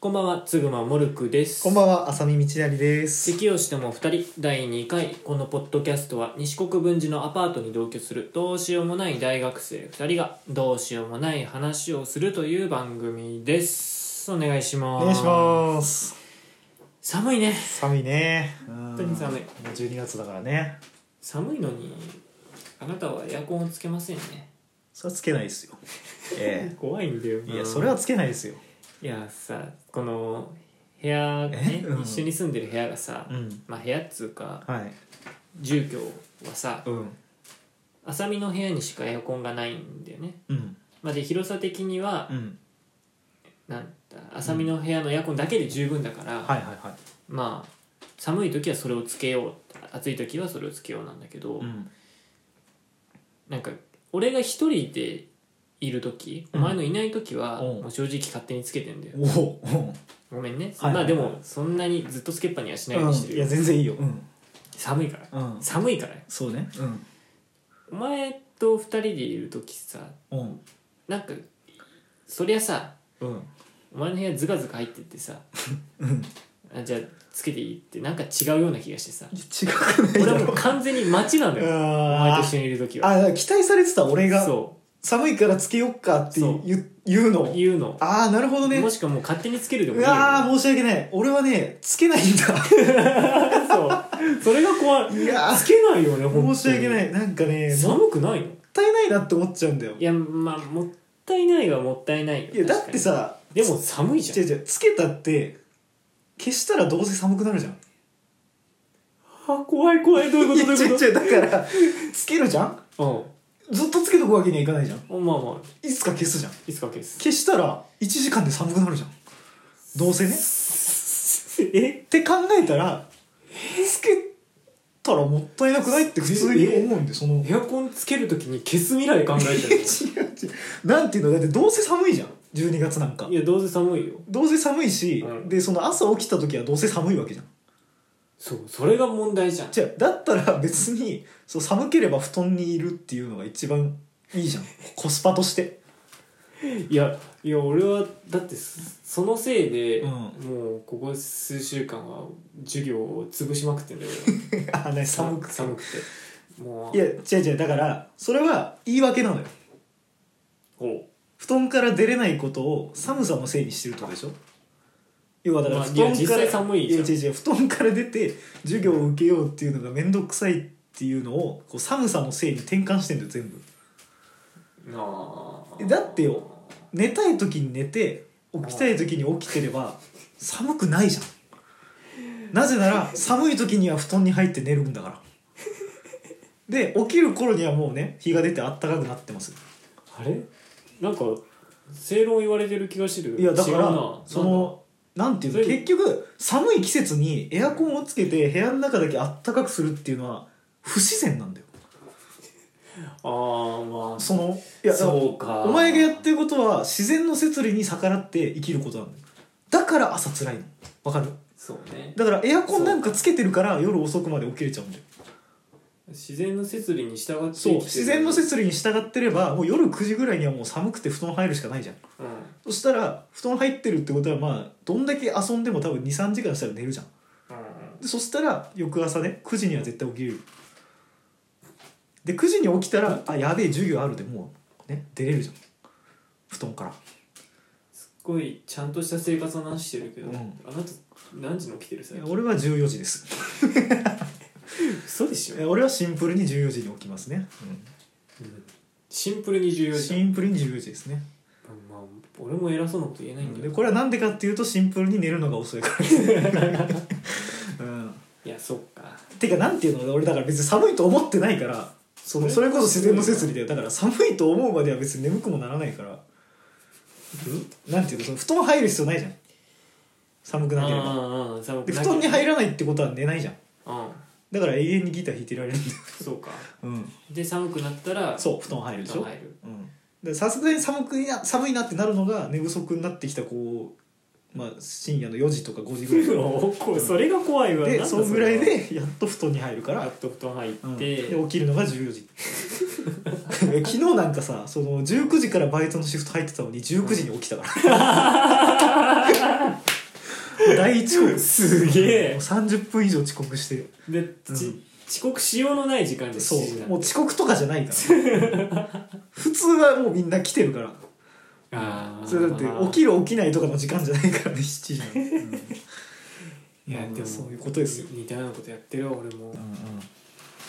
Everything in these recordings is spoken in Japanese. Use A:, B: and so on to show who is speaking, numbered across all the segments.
A: こんばんは、つぐまもるくです。
B: こんばんは、浅見道成です。
A: 咳をしても2人第2回このポッドキャストは西国分寺のアパートに同居するどうしようもない大学生2人がどうしようもない話をするという番組ですお願いします
B: お願いします。
A: す寒いね
B: 寒いね。本
A: 当に寒い
B: もう12月だからね。
A: 寒いのにあなたはエアコンをつけませんね
B: それはつけないです よ。え
A: 怖いんだよ
B: えいや、それはつけないですよ。
A: いやさこの部屋、ね
B: えうん
A: 一緒に住んでる部屋がさ、
B: うん。
A: まあ部屋っつうか
B: はい。
A: 住居はさ
B: うん。
A: 浅見の部屋にしかエアコンがないんだよね
B: うん。
A: まあ、で広さ的には
B: うん。
A: なんだ浅見の部屋のエアコンだけで十分だから、
B: はいはいはい。
A: まあ寒い時はそれをつけよう暑い時はそれをつけようなんだけど、
B: ん。
A: なんか俺が一人でいる時お
B: うん
A: 前のいない時は、
B: うん
A: もう正直勝手につけてんだよ、
B: おお。うん
A: ごめんね、
B: はい
A: まあでもそんなにずっとつけっぱにはしないようにして
B: い
A: るよ、
B: や、全然いいよ。うん。
A: 寒いから
B: うん。
A: 寒いからよ
B: そうね。うん。
A: お前と二人でいる時さ
B: うん。
A: なんかそりゃさ
B: うん。
A: お前の部屋ズカズカ入ってってさ
B: うん。
A: あじゃあつけていいってなんか違うような気がしてさ
B: 違くない
A: 俺
B: だ
A: はも
B: ろ
A: う。完全に街なのよお前
B: あ
A: と一緒にいる時
B: あ、
A: は
B: あだから期待されてた俺が
A: そ
B: 寒いからつけよっかって
A: そう
B: 言う言う
A: う
B: の。
A: 言うの
B: ああ、なるほどね
A: も。しくはもう勝手につけるでも
B: う
A: いい
B: わー
A: う
B: 申し訳ない俺はねつけないんだ
A: そうそれが怖い
B: いやー
A: つけないよね本当に
B: 申し訳ないなんかねもっ
A: 寒くないの
B: たいないなって思っちゃうんだよ
A: いやまあもったいないはもったいないよ
B: いやだ
A: 確
B: っ
A: か
B: て
A: に
B: さ
A: でも寒いじ
B: 違う
A: ゃん
B: 違うつけたって消したらどうせ寒くなるじゃん
A: あ怖い怖いどういうこ
B: いや
A: とどういうこ
B: 違う違うだからつけるじゃん
A: と
B: ずっとつけとくわけにはいかないじゃん
A: うんまあまあ
B: いつか消すじゃん
A: いつか消す
B: 消したら1時間で寒くなるじゃんどうせねっ
A: え
B: て考えたらつけたらもったいなくないって普通に思うんでその
A: エアコンつけるときに消す未来考えちゃ
B: 違う違うなんていうのだってどうせ寒いじゃん12月なんか
A: ういやどうせ寒いよ
B: どうせ寒いし、
A: うん
B: でその朝起きた時はどうせ寒いわけじゃん
A: そうそれが問題じゃん
B: じゃあだったら別にそう寒ければ布団にいるっていうのが一番いいじゃんコスパとして
A: いやいや俺はだってそそのせいで、
B: うん
A: もうここ数週間は授業を潰しまくってんだよ
B: あね
A: 俺は
B: 寒くて
A: 寒くてもう
B: いや違う違うだからそれは言い訳なのよ
A: こ
B: 布団から出れないことを寒さのせいにしてるってことでしょ要はだから
A: まあ
B: 布
A: いや
B: 団か
A: 実
B: ら、
A: 際寒いじゃん
B: や違う違う布団から出て授業を受けようっていうのが面倒くさいっていうのをこう寒さのせいに転換してんだよ全部
A: うなあ
B: えだってよ寝たい時に寝て起きたい時に起きてれば寒くないじゃんなぜなら寒い時には布団に入って寝るんだからで起きる頃にはもうね日が出てあったかくなってます
A: あれなんか正論言われてる気がしてる
B: いやだから
A: 違うな
B: そのなんていうの
A: そういう
B: 結局寒い季節にエアコンをつけて部屋の中だけあったかくするっていうのは不自然なんだよ
A: なんだああまあ
B: そのいやだから
A: そうか
B: お前がやってることは自然の摂理に逆らって生きることなんだよだから朝辛いのわかる
A: そうね
B: だからエアコンなんかつけてるから夜遅くまで起きれちゃうんだよ
A: 自然の摂理に従って生きて
B: そう
A: る
B: 自然の摂理に従ってればもう夜9時ぐらいにはもう寒くて布団入るしかないじゃん
A: うん
B: そしたら布団入ってるってことはまあどんだけ遊んでも多分23時間したら寝るじゃん
A: うん
B: でそしたら翌朝ね9時には絶対起きれるで9時に起きたらあやべえ授業あるでもうね出れるじゃん布団から
A: すっごいちゃんとした生活の話してるけど、
B: うん
A: あなた何時に起きてる
B: い
A: 最
B: や
A: 近
B: 俺は14時です
A: 嘘でしょ
B: いや俺はシンプルに14時に起きますね、
A: シンプルに重
B: う
A: 要
B: ん、
A: じゃ
B: シ
A: ん、
B: ンプルに14時ですね
A: まあ、俺も偉そうなこと言えないんだ
B: で
A: よ、
B: これはなんでかっていうとシンプルに寝るのが遅いから です、うん、
A: いやそっか
B: てかなんていうの俺だから別に寒いと思ってないからそのそ
A: それ
B: れこそ自然の摂理だよだから寒いと思うまでは別に眠くもならないからなんていうのその布団入る必要ないじゃん寒くなければ
A: ああ寒く
B: で
A: なけれ
B: 布
A: ば
B: 団に入らないってことは寝ないじゃん
A: うん
B: だから永遠にギター弾いてられるんだよ、
A: そうか
B: うん、
A: で寒くなったら
B: そう布団入るでし
A: 布団
B: ょ
A: 入る
B: うんでさすがに寒くいな寒いなってなるのが寝不足になってきたこう、まあ、深夜の4時とか5時ぐらいから
A: こそれが怖いわなん
B: で
A: だ
B: そ
A: れ
B: のぐらいでやっと布団に入るか
A: や
B: ら
A: っ、と布団入
B: うん
A: って、
B: で起きるのが14時 昨日なんかさその19時からバイトのシフト入ってたのに19時に起きたから第一遅刻
A: すげえ
B: もう30分以上遅刻して
A: で、ち
B: うん
A: 遅刻しようのない時間で
B: そ
A: 7時
B: う
A: なん
B: もう
A: で
B: 遅刻とかじゃないから 普通はもうみんな来てるから
A: ああ
B: それだって起
A: き
B: きる起きないとかの時間じゃないからね7時なんて、うん
A: いや
B: まあまあ
A: でも
B: そういうことですよ、
A: 似たようなことやってるよ俺もいいん
B: うん
A: だよ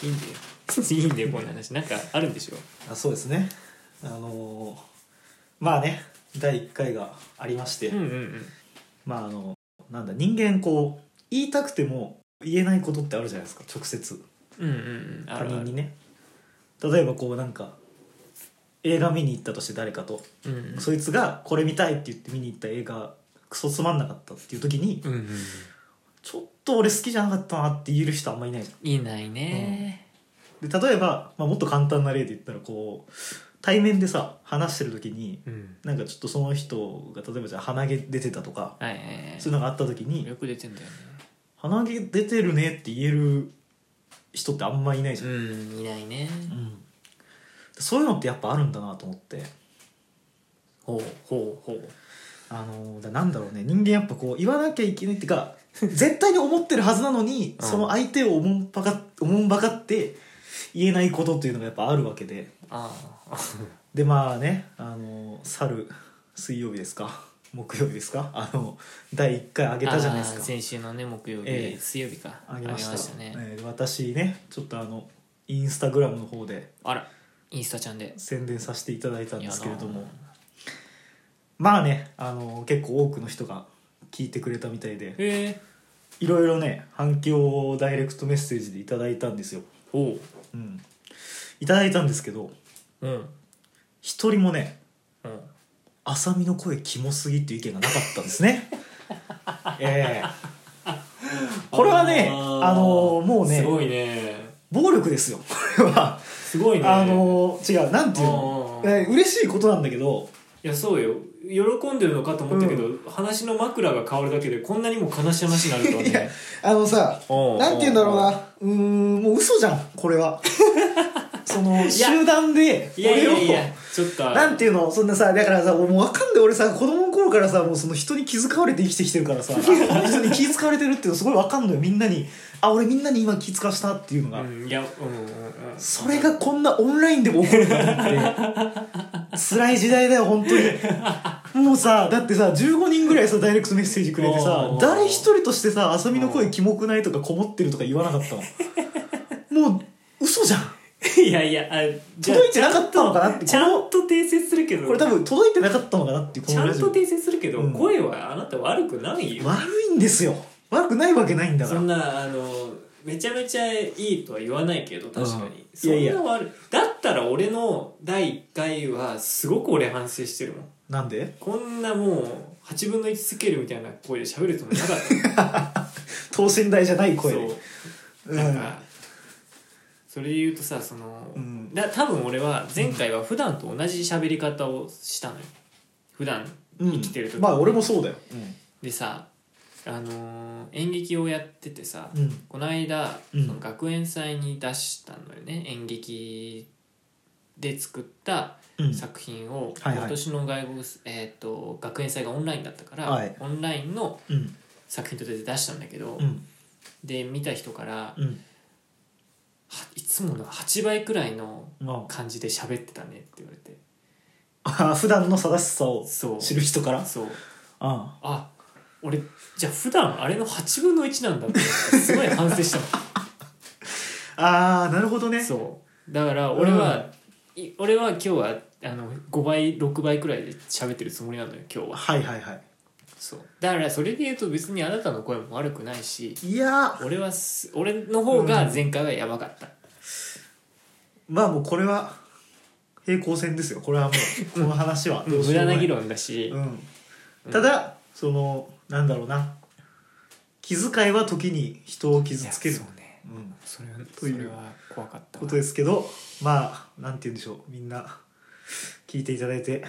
A: いいんだよこんな話なんかあるんでしょ
B: あそうですねあのーまあね第1回がありまして、
A: うんうんうん
B: まああのなんだ人間こう言いたくても言えないことってあるじゃないですか直接
A: うんうんうんあ
B: 他
A: るあ
B: 人に
A: る
B: ね例えばこうなんか映画見に行ったとして誰かと、
A: うんうん
B: そいつがこれ見たいって言って見に行った映画クソつまんなかったっていう時に、
A: うんうん
B: ちょっと俺好きじゃなかったなって言える人あんまいないじゃん
A: いないね
B: で例えば、まあ、もっと簡単な例で言ったらこう対面でさ話してる時に
A: うん
B: なんかちょっとその人が例えばじゃあ鼻毛出てたとか
A: はいはいはい
B: そういうのがあった時に
A: よく出てんだよね
B: 「鼻毛出てるね」って言える人ってあんまいないじゃん、
A: うんいないね
B: うんそういうのってやっぱあるんだなと思って
A: ほうほうほう
B: あのだなんだろうね人間やっぱこう言わなきゃいけないっていうか絶対に思ってるはずなのに、
A: うん
B: その相手をおもんばかおもんばかって言えないことっていうのがやっぱあるわけで
A: ああ
B: でまあねあの去る水曜日ですか木曜日ですかあの第1回あげたじゃないです
A: あー
B: か
A: 先週のね木曜日、
B: ええ
A: 水曜日か
B: あげました
A: ね、
B: えー私ねちょっとあのインスタグラムの方で
A: あらインスタちゃんで
B: 宣伝させていただいたんですけれど
A: い
B: も
A: やな
B: まあねあの結構多くの人が聞いてくれたみたいで
A: へえ
B: いろいろね反響をダイレクトメッセージでいただいたんですよ、
A: おう
B: うん、いただいたんですけど
A: うん
B: 一人もね
A: うん
B: 「あさみの声キモすぎ」っていう意見がなかったんです ねええこれはねあのもうね
A: すごいね
B: 暴力ですよこれは
A: すごいね
B: あの違うなんていう
A: おう
B: の
A: おうおう
B: え嬉しいことなんだけど
A: いやそうよ喜んでるのかと思ったけど、話の枕が変わるだけでこんなにも悲しい話になるとは ね
B: あのさ
A: おう
B: なんて言うんだろうなうーんもう嘘じゃんこれ はその
A: や
B: 集団で
A: いやい
B: 俺を
A: やいやちょっと
B: なんていうのそんなさだからさもうわかんない俺さ子供の頃からさもうその人に気遣われて生きてきてるからさあこの人に気遣われてるっていうのすごいわかんのよみんなにあ俺みんなに今気遣わしたっていうのが、
A: うんいやうんうんうん
B: それがこんなオンラインでも起こるなんて辛い時代だよ本当にもうさだってさ15人ぐらいさダイレクトメッセージくれてさ
A: おー
B: 誰一人としてさ「あさみの声キモくない?」とか「こもってる」とか言わなかったのもう嘘じゃん
A: いやいやあじゃあ
B: 届いてなかったのかなって
A: ちゃんと訂正するけど
B: これ多分届いてなかったのかなっていうこ
A: ちゃ
B: の
A: ん
B: ラジオ
A: と訂正するけど、
B: うん
A: 声はあなた悪くないよ
B: 悪いんですよ悪くないわけないんだか
A: そ
B: ら
A: んなあのめちゃめちゃいいとは言わないけど確かに、
B: うんいやいや
A: そんな悪いだったら俺の第1回はすごく俺反省してるもん
B: なんで
A: こんなもう8分の1スケールみたいな声で喋るつもりなかった
B: 等身大じゃない
A: そ
B: 声
A: う
B: でう
A: なん
B: ん
A: か、それで言うとさその、
B: うん
A: だ多分俺は前回は普段と同じ喋り方をしたのよ普段
B: うん
A: 生きてる時
B: まあ俺もそうだよ
A: でさあのー演劇をやっててさ、
B: うんうん
A: この間、
B: うん
A: その学園祭に出したのよね演劇で作った
B: うん
A: 作品を、
B: はいはい
A: 今年の外国、えー、と学園祭がオンラインだったから、
B: はい
A: オンラインの
B: うん
A: 作品として出したんだけど、
B: うん
A: で見た人からは
B: うん
A: いつもの8倍くらいの
B: ま
A: 感じで喋ってたねって言われて
B: あ普段の正しさを
A: そう
B: 知る人から
A: そう
B: あ
A: あ俺じゃあ普段あれの8分の1なんだってすごい反省したの
B: あーなるほどね
A: そうだから俺は、い俺は今日はあの5倍6倍くらいで喋ってるつもりなのよ今日は
B: はいはいは
A: そうだからそれで言うと別にあなたの声も悪くないし
B: いいやー
A: 俺はす俺の方が前回はやばかった、
B: まあもうこれは平行線ですよこれはも うこの話はどうし
A: 無駄
B: ようも
A: な
B: ない
A: 議論だし、
B: うんただそのなんだろうな気遣いは時に人を傷つける
A: いやそうね
B: うん
A: それはそ
B: という
A: れは怖かったわ
B: ことですけどまあなんて言うんでしょうみんな聞いていただいて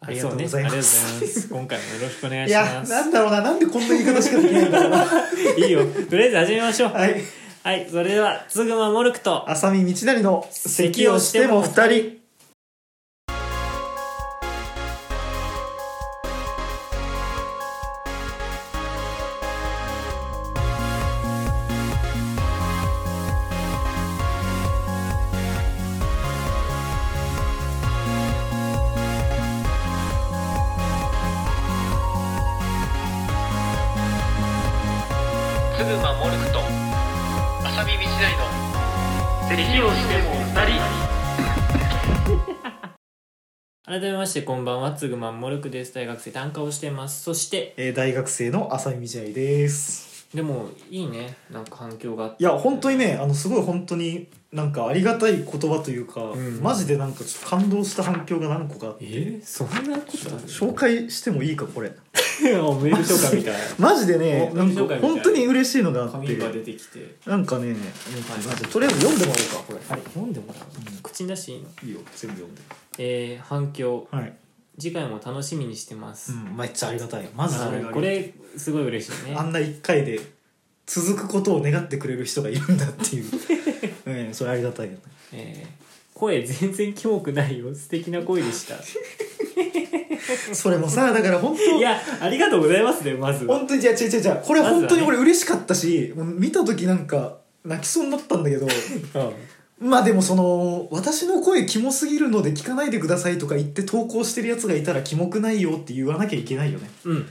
A: あ
B: ありがとうございま
A: そうねありがとうござい
B: す。
A: ます今回もよろしくお願い
B: い
A: し
B: や
A: ま
B: なんだろうななんでこんな言い方しかできないんだろうな
A: すいいよとりあえず始めましょう
B: はい
A: はいそれではつぐまモルクと
B: 浅見道成の咳をしても二人
C: 「すぐ守ると浅見道大のできをしても二人
A: 改めましてこんばんはつぐまんもるくです大学生短歌をしてますそして
B: えー大学生の浅見じゃいです
A: でもいいねなんか反響があって
B: いや本当にねあのすごい本当になんかありがたい言葉というか、
A: ん
B: マジでなんかちょっと感動した反響が何個かあって
A: えそんなことある
B: 紹介してもいいかこれ
A: おメール紹介みたい
B: マジでね
A: お
B: なん
A: 紹介み
B: か
A: たい
B: 本当に嬉しいのがあ
A: な
B: っ
A: 紙が出
B: て
A: てきて
B: なんかね、
A: はい
B: まずとりあえず読んでもらおうかこれ、
A: はい読んでもらう、口に出していいの
B: いいよ全部読んで
A: えー、反響
B: はい、
A: 次回も楽しみにしてま
B: う
A: す、
B: ん、めっちゃありがたいまず
A: あ
B: それ
A: ー
B: が
A: これすごい嬉しいね
B: あんな1回で続くことを願ってくれる人がいるんだっ ていう、うん、それありがたいよね
A: えー声全然キモくないよ素敵な声で した
B: それもさだから本当
A: いやありがとうございますねまずは
B: 本当にじゃ違う違う違うこれ
A: まずはね
B: 本当に俺嬉しかったし、もう見た時なんか泣きそうになったんだけどまあでもその私の声キモすぎるので聞かないでくださいとか言って投稿してるやつがいたらキモくないよって言わなきゃいけないよね
A: うん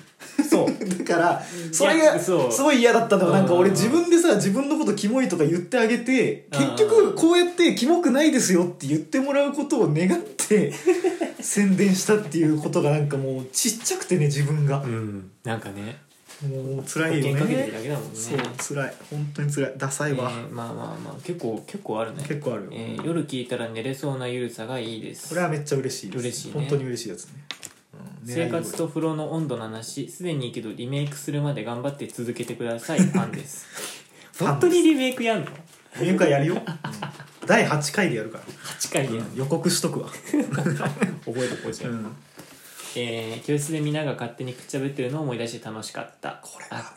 A: そう
B: だからそれがす
A: そう
B: ごい嫌だったの
A: う
B: は
A: ん
B: なんか俺自分でさ自分のことキモいとか言ってあげて結
A: う
B: 局
A: ん
B: こうやってキモくないですよって言ってもらうことを願って宣伝したっていうことがなんかもうちっちゃくてね自分が
A: うんなんかね
B: もう
A: 保
B: 辛い
A: 険
B: よ
A: かけて
B: ね
A: るだけだもんね
B: そう辛い本当に辛いダサ
A: え
B: いわ、
A: ーまあまあまあ結構結構あるね
B: 結構あるよ、
A: えー夜聞いたら寝れそうなゆるさがいいです
B: これはめっちゃ嬉しいです
A: 嬉しいね
B: 本当に嬉しいやつね、うん
A: 生活と風呂の温度の話すでにいいけどリメイクするまで頑張って続けてくださ いファンです
B: ファ
A: 本
B: ンで
A: 当
B: す
A: にリメイクやんの
B: 狙い通り入会やるよ、うん第8回でやるから、
A: 8回やん
B: うん予告しとくわ、
A: 覚えてこうじ
B: う
A: ゃん、
B: ん、
A: えー教室でみんなが勝手にくっちゃべってるのを思い出して楽しかった
B: これ
A: あ
B: はね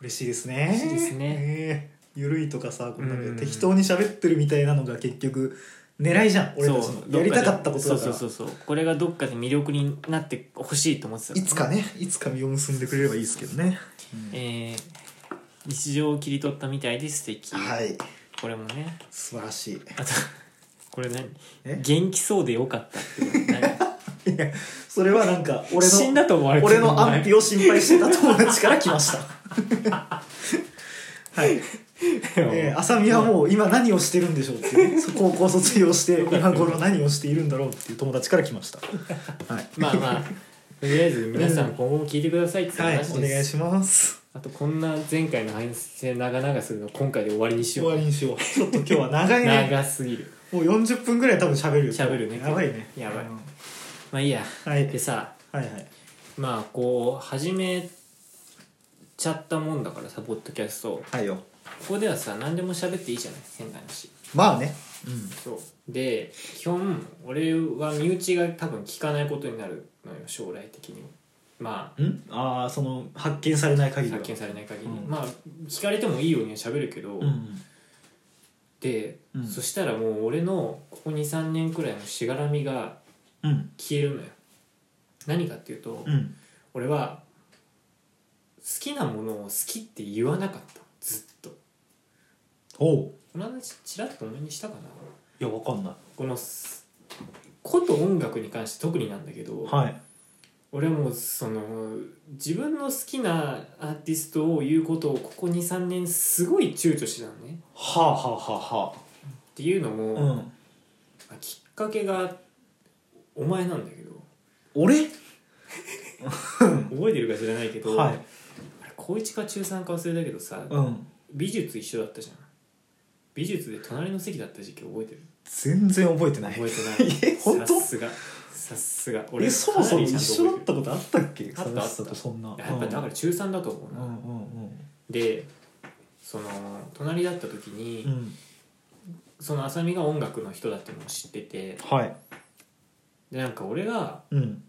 B: 嬉しいですね
A: 嬉しいですね
B: えゆるいとかさこんな
A: うん
B: ん適当に喋ってるみたいなのが結局狙いじゃん俺たち
A: そう
B: のやりたかったことだか
A: そう
B: ら
A: そうそうそうこれがどっかで魅力になってほしいと思ってた
B: いつかねいつか実を結んでくれればいいですけどね、うん
A: えー日常を切り取ったみたいで素敵、
B: はい
A: これもね
B: 素晴らしい
A: あとこれ何
B: え
A: 元気そうでよかったっていうの何
B: いやそれはなんか 俺
A: 死んだ
B: の
A: と思われて
B: 俺の安否
A: を
B: を心配してた友達から来ましたはい、えー、浅見はもう今何をしてるんでしょうっていうね、そう高校卒業して今頃何をしているんだろうっていう友達から来ましたはい、
A: まあまあとりあえず皆さん
B: うん
A: 今後も聞いてくださいって
B: はい、
A: 話です、
B: お願いします
A: あとこんな前回の編成長々するの今回で終わりにし
B: 終
A: よ
B: わ
A: う
B: りにしようちょっと今日は長いね
A: 長すぎる
B: もう40分ぐらい多分喋るよ
A: 喋るね
B: やばいね
A: やばい
B: うん
A: まあいいや
B: はい
A: でさ
B: はいはい
A: まあこう始めちゃったもんだからさポッドキャストを
B: はいよ
A: ここではさ何でも喋っていいじゃない変な話
B: まあねうん
A: そうで基本俺は身内が多分聞かないことになるのよ将来的にま
B: んああその発見されない
A: あ
B: 限りは
A: 発見されない限り、
B: うん
A: まあ聞かれてもいいようには喋るけど、
B: うん
A: で、
B: うん
A: そしたらもう俺のここ23年くらいのしがらみが
B: うん
A: 消えるのよ何かっていうと、
B: うん
A: 俺は好きなものを好きって言わなかったずっと
B: おう
A: この話ちらっと思いにしたかない
B: やわかんない
A: このすこと音楽に関して特になんだけど、
B: はい
A: 俺はもうその自分の好きなアーティストを言うことをここ23年すごい躊躇してたのね
B: はあはあは
A: っていうのも、
B: あはあうん
A: まあきっかけがお前なんだけど
B: 俺
A: 覚えてるか知らないけど、
B: はい
A: あれ高一か中3か忘れたけどさ、
B: うん
A: 美術一緒だったじゃん美術で隣の席だった時期覚え てる
B: 全然覚えてない
A: 覚えてない
B: え本当
A: さすがさすが
B: えそもそも
A: かな
B: 一
A: りちゃ
B: 緒
A: ん
B: だ
A: と
B: ったことあったっけ
A: あったあった
B: サラスとそんな
A: 覚えてるやっぱだから中3だと思う
B: う
A: な、
B: んうん
A: でその隣だった時に、
B: うんうん
A: その浅見が音楽の人だっていうのを知ってて
B: はい
A: でなんか俺が
B: うん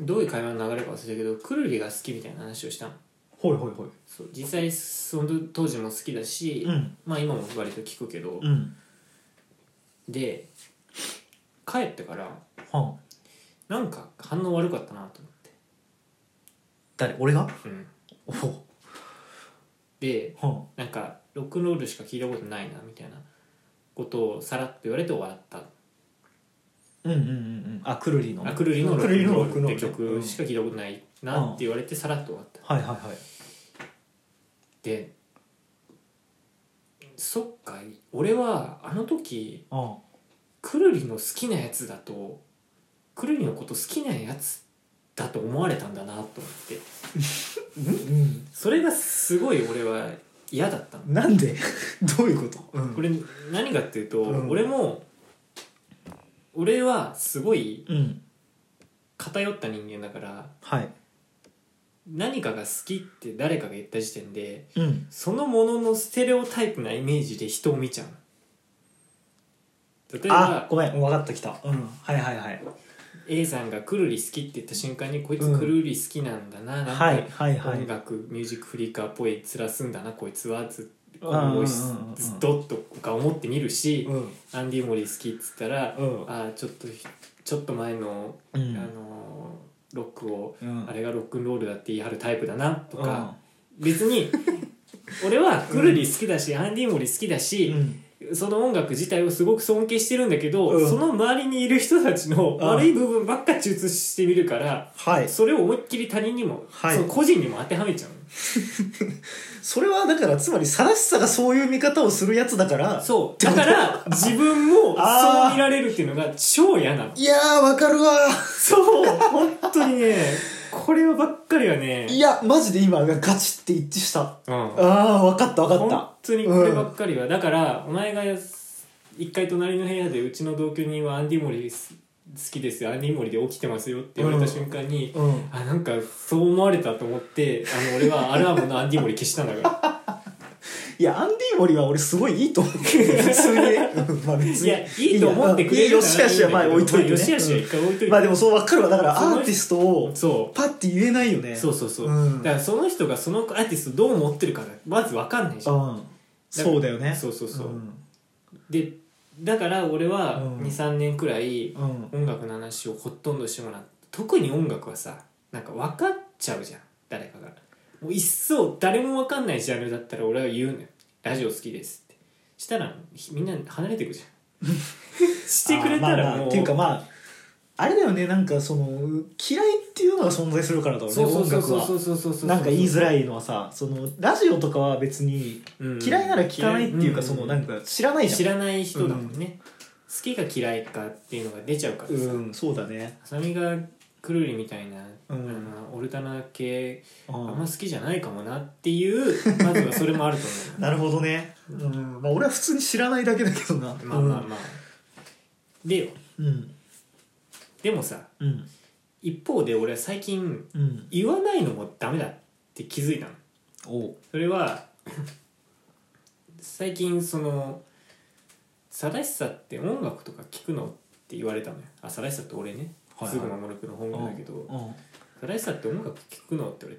A: どういう会話の流れか忘れたけどくるりが好きみたいな話をしたの
B: ほいほいほい
A: そう実際その当時も好きだし、
B: うん
A: まあ今も割と聞くけど、
B: うん
A: で帰ってから
B: はあ
A: なんか反応悪かったなと思っ
B: 誰俺が
A: て、うん、
B: おう
A: で
B: は
A: なんかロックンロールしか聞いたことないなみたいなことをさらっと言われて終わった
B: あうんうんうんうんあくるりの
A: あくるりのロ
B: くる
A: ッ
B: り
A: クン
B: の
A: ロ
B: ロッ
A: ー
B: ク
A: ル
B: ン
A: って
B: ロール
A: 曲しか聞いたことないなって言われてさらっと終わった
B: はいはいはい
A: でそっか俺はあの時
B: あ
A: くるりの好きなやつだとくるりのこと好きなやつだと思われたんだなと思って
B: うん
A: それがすごい俺は嫌だったの
B: なんで どういうこと、うん、
A: これ何かっていうと、
B: うん
A: 俺も俺はすごい
B: うん
A: 偏った人間だから
B: はい
A: 何かが好きって誰かが言った時点で
B: うん
A: そのもののステレオタイプなイメージで人を見ちゃう例え
B: あ
A: ば
B: ごめん分かってきたうんはいはいはい
A: A さんが「くるり好き」って言った瞬間にこいつ
B: うん
A: くるり好きなんだな,、なんか
B: はいはいはい
A: 音楽ミュージックフリーカーっぽい面すんだなこいつはずっ
B: うんうんうんうん
A: ずっととか思ってみるし、
B: うん
A: アンディ・モリ好きっつったら、
B: うん
A: あーちょっとひちょっと前の、
B: う
A: あ
B: ん
A: のーロックを、
B: うん
A: あれがロックンロールだって言い張るタイプだなと
B: と
A: か、別に俺はくるり好きだし、アンディ・モリ好きだ
B: う
A: し、
B: ん
A: その音楽自体をすごく尊敬してるんだけど、
B: うん
A: その周りにいる人たちの
B: うん
A: 悪い部分ばっか抽出してみるから、
B: はい
A: それを思いっきり他人にも、
B: はい
A: その個人にも当てはめちゃう
B: それはだからつまり正しさがそういう見方をするやつだか ら
A: そうだから自分 も
B: あー
A: そう見られるっていうのが超嫌なの
B: いやーわかるわ
A: そう本当にねこれはばっかりはね
B: いやマジで今がガチって一致した
A: うん
B: あー分かった分かっ
A: 本
B: た
A: 当にこればっかりは、だからお前が一回隣の部屋でうちの同居人はアンディモリです好きですよアンディモリで起きてますよって言われた瞬間に、
B: うん
A: あなんかそう思われたと思ってあの俺はアラームのアンディモリ消したんだ から
B: いやアンディ・モリは俺すごいいいと思う 普通にねうんまあ別
A: い
B: に
A: やいいと思ってくれる
B: いいよしかしはまあ置いといてね
A: よしあしは一回置いといて、
B: まあでもそう分かるわだから
A: その
B: アーティストを
A: そ
B: パッて言えないよね
A: うそうそうそう、
B: うん
A: だからその人がそのアーティストどう思ってるかがまず分かんないじゃん
B: うんそうだよね
A: そうそうそう、
B: ん
A: でだから俺は
B: うん
A: 23年くらい
B: うん
A: 音楽の話をほとんどしてもらう特に音楽はさなんか分かっちゃうじゃん誰かがもう一層誰も分かんないジャンルだったら俺は言うのよラジオ好きですってしたらひみんな離れてくじゃんしてくれた
B: あーまあ
A: ら
B: まあ
A: もう
B: っていうかまああれだよねなんかその嫌いっていうのが存在するからだろうね
A: そうそう
B: 音
A: そう
B: 楽
A: そう
B: は
A: そうそうそうそう
B: なんか言いづらいのはさそのラジオとかは別に
A: うん
B: 嫌いなら聞かないっていうか、
A: ん
B: そのなんか知らない
A: 知
B: じゃん
A: らない人だもんね、好きか嫌いかっていうのが出ちゃうからさ、
B: うんそうだね
A: あさみがくるりみたいな、
B: うん
A: あのオルタナ系
B: う
A: あん
B: ん
A: ま好きじゃないかもなって いうまずはそれもあると思
B: なるほどね、うんまあ、俺は普通に知らないだけだけどな
A: うまあまあまあでよ
B: うん
A: でもさ
B: うん
A: 一方で俺は最近
B: うん
A: 言わないのもダメだって気づいたの
B: おう
A: それ は最近その正しさって音楽とか聞くのって言われたのよあ正しさって俺ね、
B: はいはい
A: すぐ守君の本名だけど
B: うんうん
A: 正しさって音楽聞くのって言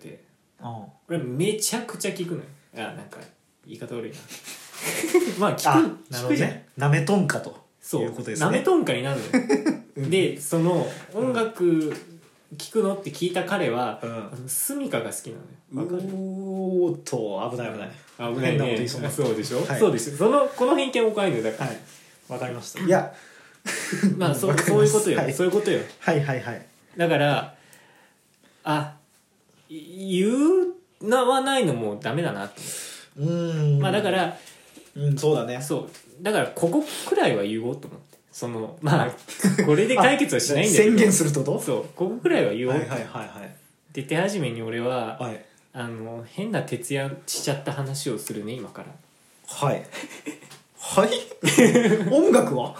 A: われて俺めちゃくちゃ聞くのよあなんか言い方悪いな まあ
B: あ
A: 聞く
B: なる
A: 聞
B: ほ
A: く
B: ど
A: じゃん
B: ねなめとんかと
A: そ
B: いううことですね
A: なめとんかになる のよでその音楽聞くのって聞いた彼は、
B: うん
A: あのスミカが好きなのよわかる
B: うおーっと危ない危ない
A: あ危ない
B: 変なこと
A: ね
B: 言いそうになった
A: そうでしょ、
B: はい
A: そうでしょそのこの偏見も怖いのよだから、
B: はいわかりましたいや
A: まあそ
B: わ
A: う
B: かり
A: そうい
B: ま
A: う
B: す
A: ことよ、
B: はい
A: そういうことよ
B: はいはいはい
A: だからあい言うなはないのもダメだなって、
B: うーん
A: まあだから
B: うんそうだね
A: そうだからここくらいは言おうと思ってそのまあこれで解決はしないんだけど
B: 宣言するってこと
A: そうここくらいは言おう
B: は
A: っ
B: い
A: て、
B: はいはい
A: で手始めに俺は、
B: はいはい
A: あの変な徹夜しちゃった話をするね今から
B: はいはい 音楽は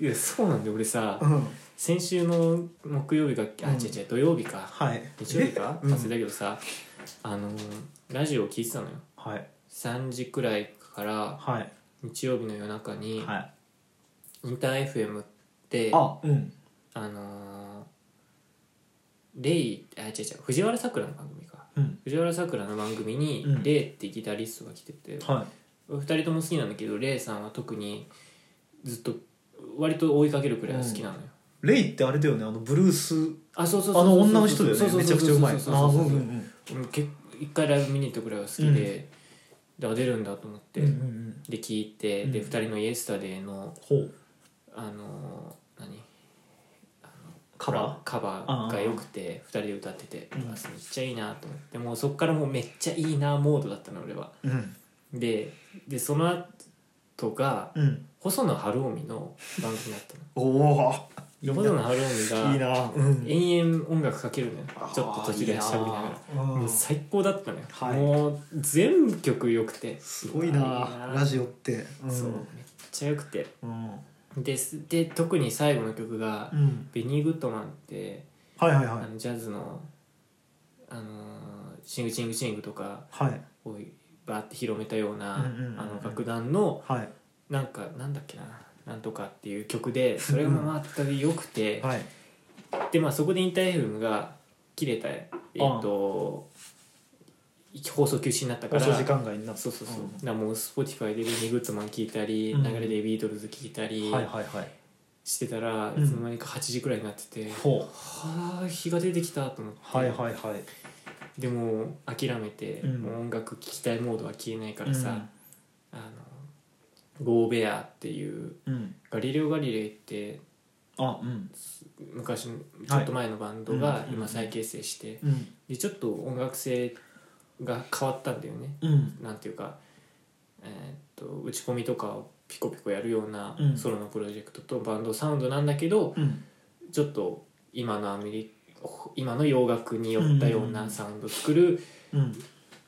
B: い
A: やそうなんで俺さ
B: うん
A: 先週の木曜日があ
B: うん
A: 違う違う土曜日か
B: はい
A: 日曜日か
B: えうん
A: 忘れたけどさ、あのラジオを聞いてたのよ
B: はい
A: 3時くらいから
B: はい
A: 日曜日の夜中に、
B: はい
A: インター FM って
B: あうん
A: あのーレイあ違う違う藤原さくらの番組か
B: うん
A: 藤原さくらの番組に、
B: うん
A: レイってギタリストが来てて、
B: は
A: 二人とも好きなんだけどレイさんは特にずっと割と追いかけるくらい好きなのよ、
B: いレイってあれだよねあのブルース
A: あそうそうそうそ
B: あ
A: う
B: の女の人だよ
A: そう
B: ね
A: そう
B: めち
A: そ
B: ゃ
A: う
B: く
A: そう
B: ちゃうまいあ
A: そうそうそう
B: うんうん
A: 俺結構一回ライブ見に行ったくらいは好きで、であ出るんだと思って、
B: うんうんうん
A: で聞いて、で
B: うん
A: 二人の「イエスタデーの
B: ほう」
A: あのー何あの
B: カバ
A: カバーが良くて2人で歌ってて、
B: うん
A: あめっちゃいいなと思ってもうそっからもうめっちゃいいなモードだったの俺は
B: ーうん
A: ででその後が
B: うん
A: 細野晴臣の番組だったの
B: おおいい
A: 細野
B: な
A: 晴
B: いい
A: 臣が
B: なうん
A: 延々音楽かけるのよちょっと途中でしゃべりながら
B: あ
A: も
B: ー
A: う最高だったのよ、
B: はい
A: もう全曲良くて
B: すごいうな
A: わいい
B: ラジオってうん
A: そうめっちゃ良くて
B: うん
A: ですで特に最後の曲が、
B: うん
A: ベニー・グッドマンって、
B: はいはいは
A: あ
B: い
A: のジャズの、あのーシングシングシングとか
B: はい
A: をバーって広めたような、
B: うんうんうんうん
A: あの楽団の
B: はい
A: なんかなんだっけななんとかっていう曲でそれがまた良くて、
B: はい
A: でまあそこでインターフェムが切れたえっと放送休止になったか
B: 放
A: ら
B: 送時間外になった
A: そうそうそう、
B: ん
A: だからもう Spotify でベニー・グッドマン聴いたり、
B: うん
A: 流れでビートルズ聴いたり
B: はいはいはい
A: してたら、
B: うん
A: いつの間にか8時くらいになってて、
B: ほう
A: はあ日が出てきたと思って、
B: はいはいはい
A: でも諦めて、
B: うん
A: もう音楽聴きたいモードは消えないからさ、あのゴーベアっていう
B: うんうん
A: ガリレオ・ガリレイって
B: あうん
A: 昔のちょっと前のバンドが
B: うん
A: 今再結成して、
B: うん
A: でちょっと音楽性が変わったんだよね
B: うん
A: なんていうか、えーっと打ち込みとかをピコピコやるような
B: うん
A: ソロのプロジェクトとバンドサウンドなんだけど、
B: うん
A: ちょっと今のアメリ今の洋楽に寄ったようなサウンド作る
B: うん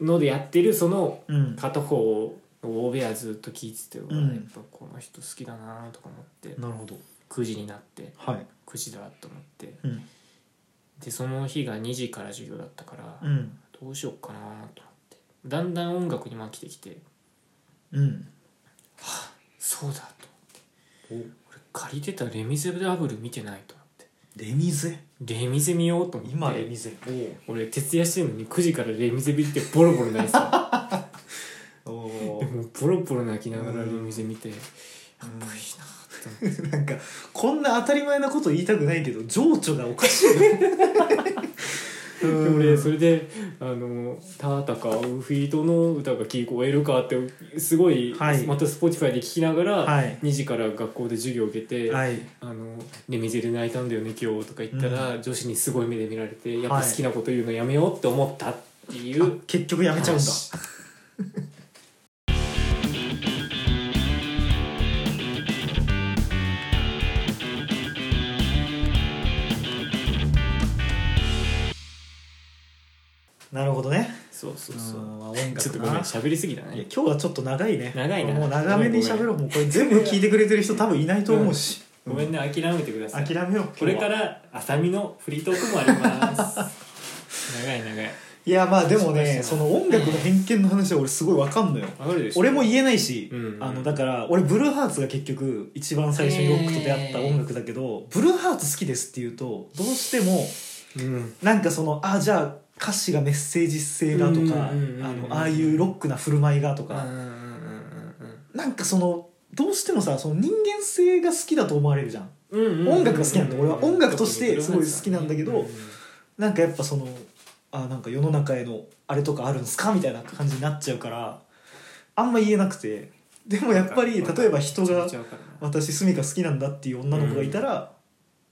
A: のでやってるその
B: うん
A: 片方をオーベアずっと聴いてて、
B: ん
A: やっぱこの人好きだなとか思って
B: なるほど
A: 9時になって
B: はい
A: 9時だと思って
B: うん
A: でその日が2時から授業だったから、
B: うん
A: どうしようかなと思ってだんだん音楽にも飽きてきて
B: うん
A: そうだと
B: お
A: 俺借りてた「レ・ミゼラブル」見てないと思って
B: レミゼ
A: レ・ミゼ見ようと思って
B: 今レミゼお
A: 俺徹夜してるのに9時からレミゼビってボロボロ泣いてた
B: お
A: で
B: お
A: もうボロボロ泣きながらレミゼ見てやっぱいいなって思って
B: ーなん かこんな当たり前なこと言いたくないけど情緒がおかし いね
A: で
B: うん
A: 俺それで「あのタタカウフィートの歌が聞こえるか」ってすごい、
B: はい
A: また Spotify で聞きながら、
B: はい
A: 2時から学校で授業を受けて「
B: はい
A: あのレミゼで泣いたんだよね今日」とか言ったら、女子にすごい目で見られてやっぱ好きなこと言うのやめようって思ったっていう
B: 結局やめちゃうんだ
A: 話
B: なるほどね
A: そうそうそううん
B: まあ音楽な
A: ちょっとごめん喋りすぎだ
B: いや
A: ね
B: 今日はちょっと長いね
A: 長いな
B: もう長めに喋ろうもうこれ全部聞いてくれてる人多分いないと思うし、
A: ごめんね諦めてください
B: 諦めよう
A: これか
B: 今日は
A: ら浅見のフリートークもあり ます長い長い
B: いやまあでも
A: 失
B: ね
A: 敗した
B: そ
A: な
B: の音楽の偏見の話は俺すごいわかんのよ
A: わかるでしょ
B: 俺も言えないし、
A: うんうん
B: あのだから俺ブルーハーツが結局一番最初にロックと出会った音楽だけど、ブルーハーツ好きですって言うとどうしても
A: うん
B: なんかそのあじゃあ歌詞がメッセージ性がとか、
A: うんうんうんうん
B: あのああいうロックな振る舞いがと
A: うんうん
B: か、
A: うんうん
B: なんかそのどうしてもさその人間性が好きだと思われるじゃん
A: 音
B: 音楽が好きなんだ俺は音楽としてすごい好きなんだけどなんかやっぱそのあなんか世の中へのあれとかあるんですかみたいな感じになっちゃうからあんま言えなくてでもやっぱり例えば人が私スミカ好きなんだっていう女の子がいたら、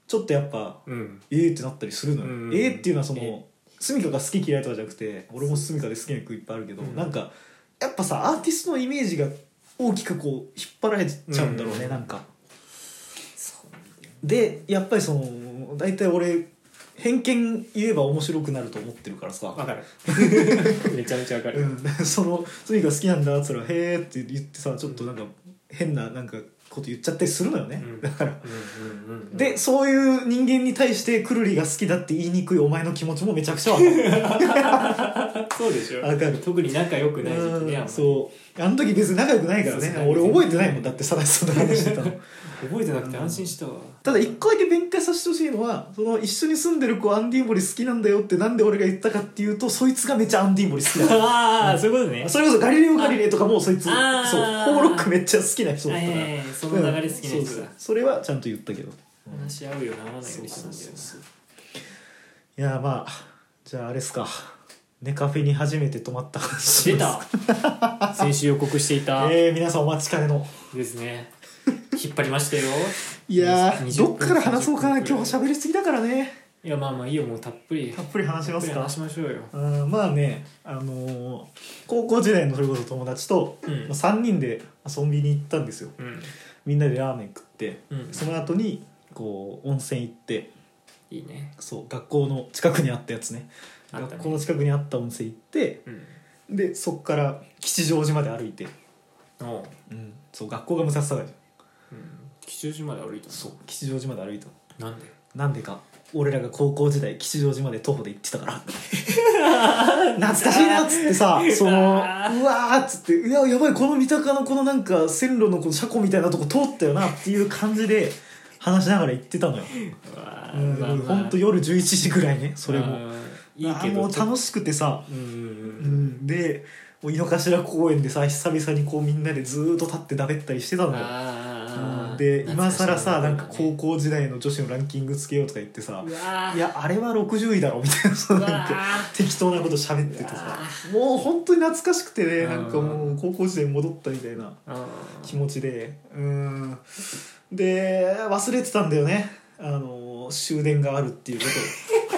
B: ちょっとやっぱ
A: うん
B: えーってなったりするのよ、
A: うん
B: えーっていうのはその
A: え
B: スミカが好き嫌いとかじゃなくて俺もスミカで好きな曲いっぱいあるけど、
A: うん
B: なんかやっぱさアーティストのイメージが大きくこう引っ張られちゃうんだろうね、
A: うん
B: なんか
A: そう
B: でやっぱりその大体俺偏見言えば面白くなると思ってるからさ、
A: わかるめちゃめちゃわかる
B: うん、 そのスミカ好きなんだっつったら「へえ」って言ってさちょっとなんか変ななんかこと言っちゃったりするのよね、
A: うん
B: だから
A: うんうんうん
B: でそういう人間に対してくるりが好きだって言いにくいお前の気持ちもめちゃくちゃわかる
A: そうでしょ
B: わかる
A: 特に仲良くない時期ねあんま
B: うん
A: り
B: そうあの時別に仲良くないから
A: そう
B: ね
A: そう
B: 俺覚えてないもんだってさらしそんな話してたの
A: 覚えてなくて安心したわ
B: ただ一個だけ弁解させてほしいのはその一緒に住んでる子アンディーボリ好きなんだよってなんで俺が言ったかっていうとそいつがめちゃアンディーボリ好きだから
A: ああそういうことね
B: それこそガリレオ・ガリレイとかもそいつそうホ
A: あー
B: ーロックめっちゃ好きな人だ
A: は
B: っ
A: い
B: た
A: は
B: か
A: い
B: ら
A: はいその流れ好きな
B: うん
A: 人
B: そう
A: だ
B: そうそれはちゃんと言ったけど
A: 話し合うようならないようにしたんだよ
B: そうそういやまあじゃああれっすかネカフェに初めて泊まった話します
A: な出た先週予告していた
B: えー、皆さんお待ちかねの
A: ですね引っ張りましたよ
B: いや
A: 20
B: ーどっから話そうかな
A: 20分
B: 今日喋りすぎだからね
A: いやまあまあいいよもうたっぷり
B: たっぷり話し
A: た
B: ます
A: っぷり
B: か
A: 話しましょうよ
B: うんまあねあのー高校時代のそれこそ友達と、
A: うん
B: まあ、3人で遊びに行ったんですよ
A: うん
B: みんなでラーメン食って
A: うん
B: その後にこう温泉行って
A: いいね
B: そう学校の近くにあったやつね
A: あったね
B: 学校の近くにあった温泉行って
A: うん
B: でそっから吉祥寺まで歩いて、
A: おう
B: うん、そう学校が武蔵境
A: うん吉祥寺まで歩いたの
B: そう吉祥寺まで歩いたの
A: なんで
B: なんでか俺らが高校時代吉祥寺まで徒歩で行ってたから 懐かしいなっつってさそ のうわーっつってうわやばいこの三鷹のこのなんか線路のこの車庫みたいなとこ通ったよなっていう感じで話しながら行ってたのよ、
A: うわ
B: う
A: ー
B: ん
A: まあまあ
B: ほんと夜11時ぐらいねそれも
A: あーいいけ
B: あーも
A: ど
B: う
A: ちょっ
B: 楽しくてさ、
A: とうんうん
B: う
A: うん
B: ん、でもう井の頭公園でさ久々にこうみんなでずーっと立ってだべったりしてたのよ
A: あー
B: うんで
A: 懐か
B: 今
A: しい
B: 更さなんか高
A: う
B: 校時代の女子のランキングつけようとか言ってさ
A: わー
B: いやあれは60位だろみたいなそうう
A: わ
B: なんか
A: ー
B: 適当なこと喋っててさもう本当に懐かしくてねなんかもう高校時代に戻ったみたいな
A: あ
B: 気持ちでうんで忘れてたんだよねあの終電があるって いうこ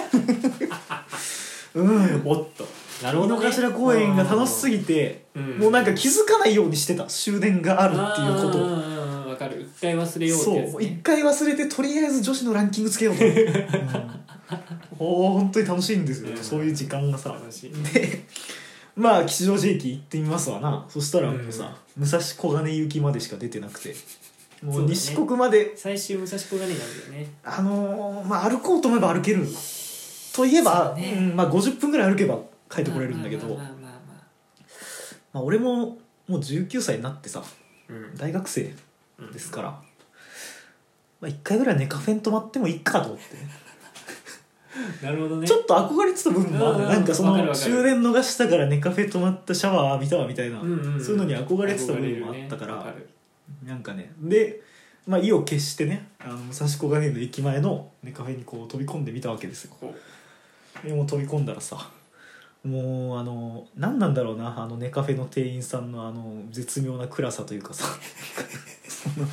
B: とをうんおっと
A: ーなるほ
B: 井
A: ど
B: の
A: ね
B: 頭公園が楽しすぎて
A: うん
B: もうなんか気づかないようにしてた終電があるっていうことを
A: あーあーあーわかる一回忘れようって
B: そ
A: やつ
B: う
A: ね
B: 一回忘れてとりあえず女子のランキングつけようと 思って、うん、おー本当に楽しいんですよ、
A: うん
B: そういう時間がさ
A: 楽しい
B: でまあ吉祥寺駅行ってみますわなそしたらもうさ、武蔵小金井行きまでしか出てなくても
A: そう
B: う
A: だね
B: 西国まで、
A: 最終武蔵小金井なんだよね
B: あのーまあ歩こうと思えば歩けるといえば
A: そうね
B: うんまあ、50分ぐらい歩けば帰ってこれるんだけど、
A: まあ
B: ま
A: まあまあまあ
B: あ、俺ももう19歳になってさ
A: うん
B: 大学生ですから、まあ、1回ぐらいネカフェに泊まってもいいかと思って
A: なるほどね
B: ちょっと憧れてた部分もある
A: うん
B: なんかその
A: わかるわかる
B: 終電逃したからネカフェ泊まったシャワー浴びたわみたいな、
A: うんうんうん
B: そういうのに憧れてた部分もあったから、
A: 憧れるね
B: なんかねで、まあ、意を決してねあの武蔵小金井の駅前のネカフェにこう飛び込んでみたわけですよ
A: わかる
B: でもう飛び込んだらさもうあの何なんだろうなあのネカフェの店員さんのあの絶妙な暗さというかさ その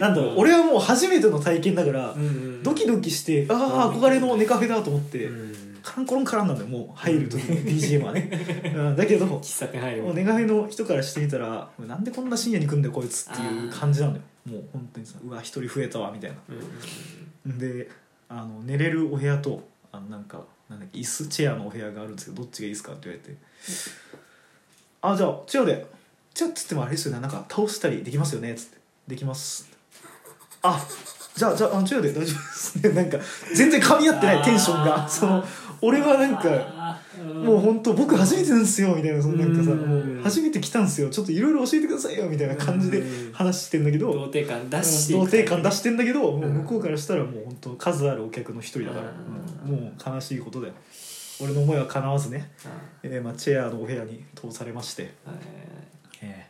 B: なんだろう俺はもう初めての体験だから、
A: うんうん
B: ドキドキしてああ憧れのネカフェだと思って、
A: うん
B: カランコロンカランなんだよもう入る時の BGM はね、うん、だけ ども
A: 喫茶店入る
B: うネガフェの人からしてみたらなんでこんな深夜に来んだよこいつっていう感じなんだよもう本当にさうわ一人増えたわみたいな
A: うんうんうん
B: であの寝れるお部屋とあのなんかなんだっけ椅子チェアのお部屋があるんですけどどっちがいいですかって言われて「あじゃあチェアでチェアっつってもあれですよねなんか倒したりできますよね」っつって「できます」あじゃあじゃああチェアで大丈夫です」ねなんか全然噛み合ってないテンション
A: あー
B: がその俺はなんか
A: あーん
B: もう本当僕初めてなんですよみたいなそのなんかさ
A: うん
B: もう初めて来たんですよちょっといろいろ教えてくださいよみたいな感じで
A: うん
B: 話してんだけど
A: 童貞感出して
B: うん童貞感出
A: し
B: してんだけどもううん向こうからしたらもう本当数あるお客の一人だから
A: う
B: うんもう悲しいことだよ俺の思いは叶わずね、
A: て
B: えーまあ、チェアのお部屋に通されまして、え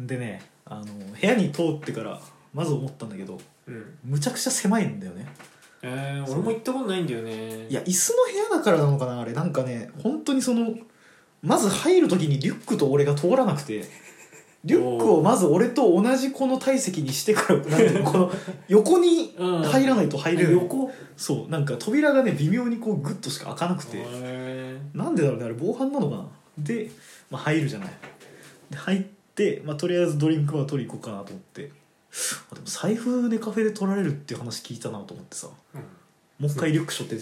B: ーでねあの部屋に通ってからまず思ったんだけど
A: うん
B: むちゃくちゃ狭いんだよね
A: えー俺も行ったことないんだよね
B: いや椅子の部屋だからなのかなあれなんかね本当にそのまず入る時にリュックと俺が通らなくてリュックをまず俺と同じこの体積にしてからなんてい うのこの横に
A: うん
B: 入らないと入れない、
A: 横
B: そうなんか扉がね微妙にこうグッとしか開かなくて
A: へ
B: なんでだろうねあれ防犯なのかなで、まあ、入るじゃないで入って、まあ、とりあえずドリンクは取り行こうかなと思ってあでも財布でカフェで取られるっていう話聞いたなと思ってさ
A: ー
B: もう一回リュック背負って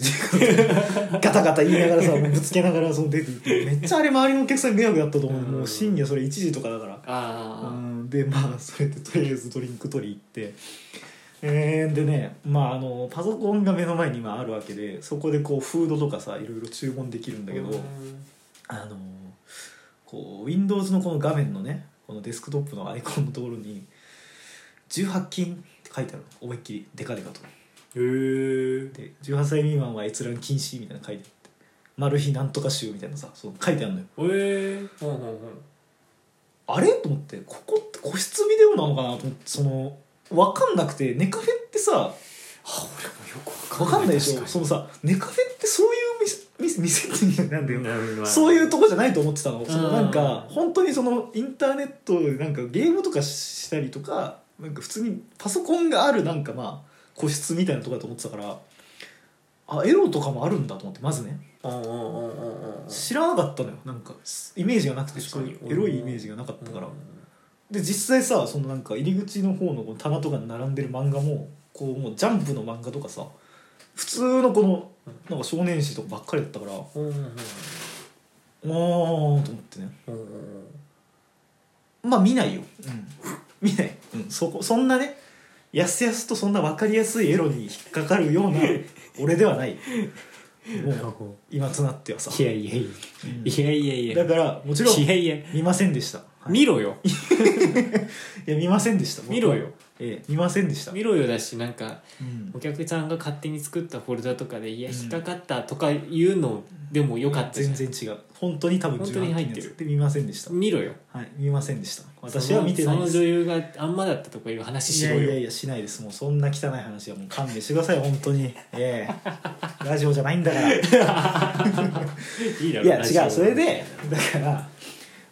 B: 出てくる ガタガタ言いながらさぶつけながらその出て行ってめっちゃあれ周りのお客さん迷惑だったと思う、
A: うん
B: もう深夜それ1時とかだからう
A: あ
B: んでまあ それでとりあえずドリンク取り行ってえーでねまああのパソコンが目の前に今あるわけでそこでこうフードとかさいろいろ注文できるん
A: あ
B: だけど、あのこう Windows のこの画面のねこのデスクトップのアイコンのところに「18禁」って書いてあるの思いっきりデカデカと。
A: へえ
B: で18歳未満は閲覧禁止みたいなの書いてあって「マル秘なんとか集」みたいなさそう書いてあるのよ
A: ええほんほんほん
B: あれと思ってここって個室ビデオなのかなと思ってその分かんなくてネカフェってさ
A: あ俺もよく
B: 分かんないでしょそのさネカフェってそういう店店店なんだよそういうとこじゃないと思ってたのそのなんか
A: うん
B: 本当にそのインターネットでなんかゲームとかしたりとかなんか普通にパソコンがあるなんかまあ個室みたいなとこだと思ってたからあエロとかもあるんだと思ってまずね
A: うんうんうんうんうん
B: 知らなかったのよなんかイメージがなくて
A: 確かに
B: そういうエロいイメージがなかったから、
A: う
B: で実際さそのなんか入り口の方のこの棚とかに並んでる漫画もこうもうジャンプの漫画とかさ普通のこのなんか少年誌とかばっかりだったからああ
A: んうんうん
B: と思ってね
A: うんうん
B: まあ見ないよ、うん、 見ない、うん、そこそんなねやすやすとそんな分かりやすいエロに引っかかるよう な俺ではないも
A: なる
B: う
A: ほど
B: 今となってはさ、
A: いやいやいや
B: うん
A: いやいやいや
B: だからもちろん
A: いやいや
B: 見ませんでした、はい、い
A: 見ろよ
B: や見ませんでした僕は
A: 見ろよ
B: ええ見ませんでした、
A: 見ろよだしなんか
B: うん
A: お客さんが勝手に作ったフォルダとかで「いや引っかかった」とか言うのでもよかったじゃ
B: 全
A: ん
B: 然違う本当に多分
A: 本当に入ってる
B: 18禁のやつで見ませんでした
A: 見ろよ
B: はい見ませんでした私は見てな
A: そ
B: い
A: の
B: で
A: その女
B: す
A: 優があんまだったとかいう話
B: い
A: しろ
B: や
A: よ
B: いやいやしないですもうそんな汚い 話はもう勘弁してください本当にええラジオじゃないんだからい
A: いいだろ
B: や
A: ラジオ
B: 違うそれでだから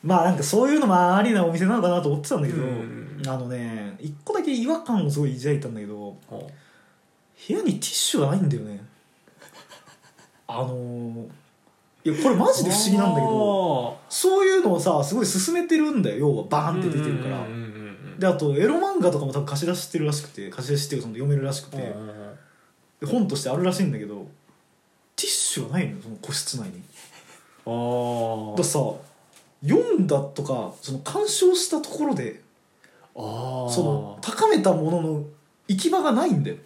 B: まあなんかそういうのもありなお店なのかなと思ってたんだけど、
A: うん
B: あのね一個だけ違和感をすごい抱いたんだけど
A: ほう
B: 部屋にティッシュがないんだよねあのーいやこれマジで不思議なんだけどそういうのをさすごい勧めてるんだよ要はバーンって出てるか
A: う
B: ら、
A: んうんうん
B: であとエロ漫画とかも多分貸し出してるらしくて貸し出しっていうかその読めるらしく
A: うん
B: て
A: う、んうん
B: で本としてあるらしいんだけどティッシュがないのよその個室内に
A: あ
B: だからさ読んだとかその鑑賞したところで
A: ああ
B: その高めたものの行き場がないんだよ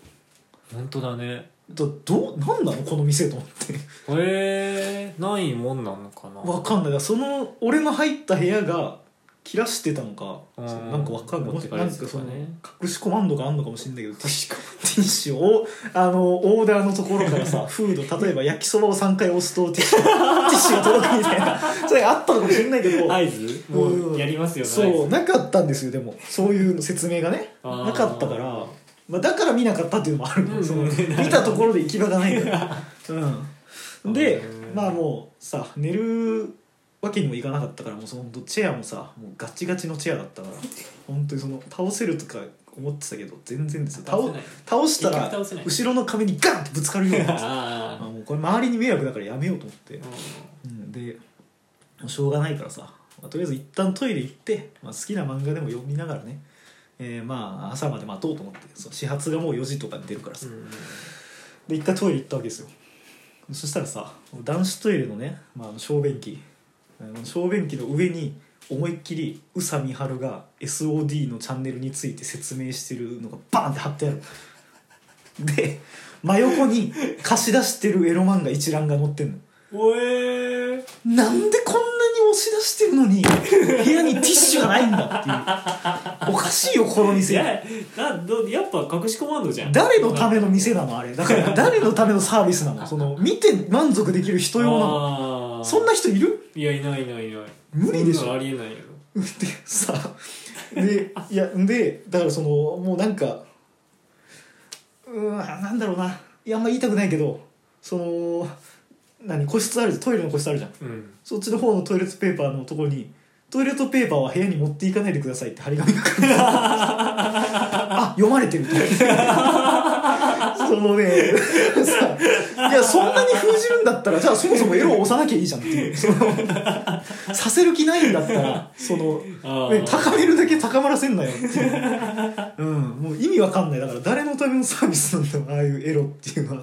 A: 本当だね
B: だからどうなんなのこの店と思って
A: へえないもんなのかな
B: わかんないだからその俺の入った部屋が切らしてたのか、
A: うん
B: そのなんかわかんない
A: 持ってかれ
B: なん
A: てた
B: か
A: と
B: そ
A: か
B: の
A: ね
B: 隠しコマンドがあんのかもしれないけどティッシュティッシュ をあのオーダーのところからさフード例えば焼きそばを3回押すとティッシュティッシュが届くみたいなそれあったのかもしれないけど
A: 合図もうやりますよ
B: そう
A: 合図
B: なかったんですよでもそういう説明がね
A: あー
B: なかったから、まあ、だから見なかったっていうのもあるの、
A: うん
B: その見たところで行き場がな いから、うん、で
A: うん
B: まあもうさ寝るわけにもいかなかったからもうそのチェアもさもうガチガチのチェアだったから本当にその倒せるとか思ってたけど全然ですよ倒
A: 倒せ ない
B: 倒したら
A: 結局倒せない
B: 後ろの壁にガンってぶつかるようになってあ
A: あ
B: もうこれ周りに迷惑だからやめようと思って
A: ー、
B: うん、でもうしょうがないからさ、まあ、とりあえず一旦トイレ行って、まあ、好きな漫画でも読みながらね、えーまあ朝まで待とうと思ってその始発がもう4時とかに出るから
A: う
B: さ、
A: んうん
B: で一回トイレ行ったわけですよそしたらさ男子トイレのね、まああの、小便器あの小便器の上に思いっきり宇佐美春が SOD のチャンネルについて説明してるのがバーンって貼ってあるで真横に貸し出してるエロ漫画一覧が載ってんの
A: おえー
B: なんでこんなに押し出してるのに部屋にティッシュがないんだっていうおかしいよこの
A: い
B: 店
A: やなどやっぱ隠しコマンドじゃん
B: 誰のための店なのあれだから誰のためのサービス なのその見て満足できる人用なの
A: あー
B: そんな人いる
A: いやいないいないいない
B: 無理でしょ
A: そんなのありえないよ
B: ってさでいやでだからそのもうなんかうーんなんだろうないやあんま言いたくないけどその何個室あるトイレの個室あるじゃん
A: うん
B: そっちの方のトイレットペーパーのところにトイレットペーパーは部屋に持っていかないでくださいって張り紙が書いて ああ読まれてると そのねさいやそんなに封じるんだったらじゃあそもそもエロを押さなきゃいいじゃんっていうそのさせる気ないんだったらその、
A: あ
B: ね
A: ー、
B: 高めるだけ高まらせんなよっていう、うん、もう意味わかんないだから誰のためのサービスなんだろうああいうエロっていうのは。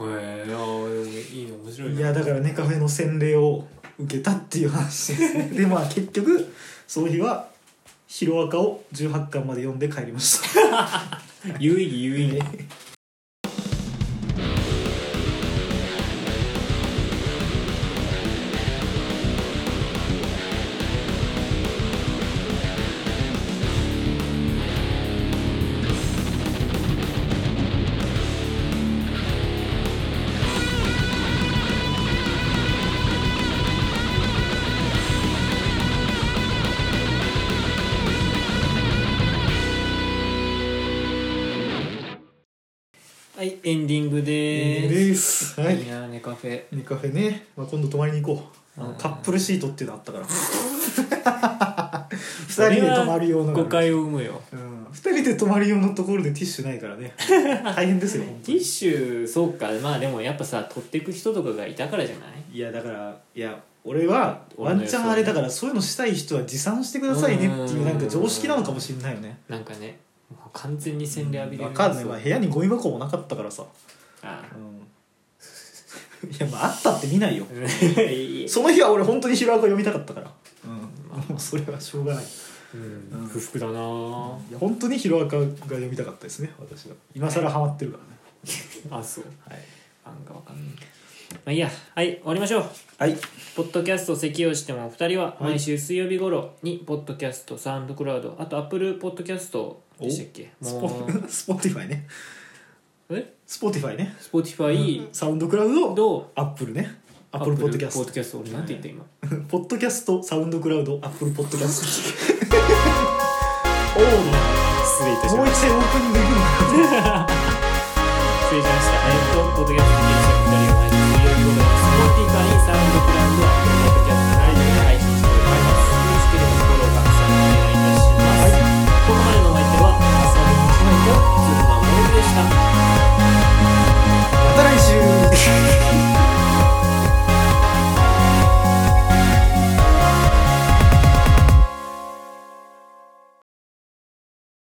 A: へえー、あーでもいいの面白いない
B: やだからネカフェの洗礼を受けたっていう話です ねでまあ結局その日は「ヒロアカ」を18巻まで読んで帰りました
A: 有意義有意義はいエンディングでーす、
B: すはい
A: いやーねカフェ
B: ネカフェね、まあ、今度泊まりに行こうあのカップルシート っていうのあったから二人で泊まるような
A: 誤解を生むよ
B: うん二人で泊まる用のところでティッシュないから ね大変ですよ本当
A: ティ
B: に
A: ッシュそうかまあでもやっぱさ取ってく人とかがいたからじゃない
B: いやだからいや俺はワンチャンあれだからそういうのしたい人は持参してくださいねっていううんなんか常識なのかもしれないよね
A: なんかねもう完全に洗礼浴びれる
B: わかんないまあ部屋にゴミ箱もなかったからさ、
A: あ
B: うんいやまああったって見ないよ
A: あ いい
B: その日は俺本当に平岡読みたかったから、うん、もうそれはしょうがない
A: うん不服だなあ
B: いや本当にヒロアカが読みたかったですね私は今更ハマってるからね
A: あそう
B: はい
A: なんかわかんないまあいいやはい終わりましょう
B: はい
A: ポッドキャスト咳をしてもお二人は毎週水曜日頃にポッドキャストサウンドクラウドあとアップルポッドキャストでしたっけ
B: スポ
A: もう
B: スポティフ ァイね
A: え
B: スポティファイね
A: スポティファイ
B: サウンドクラウド
A: と
B: アップルねアップルポッドキャ
A: ポ
B: ス
A: ッドキャスト俺なんて言った今
B: トポッドキャストサウンドクラウドアップルポッドキャストおお
A: 失礼いたしました
B: もう一回オープニングいくんだ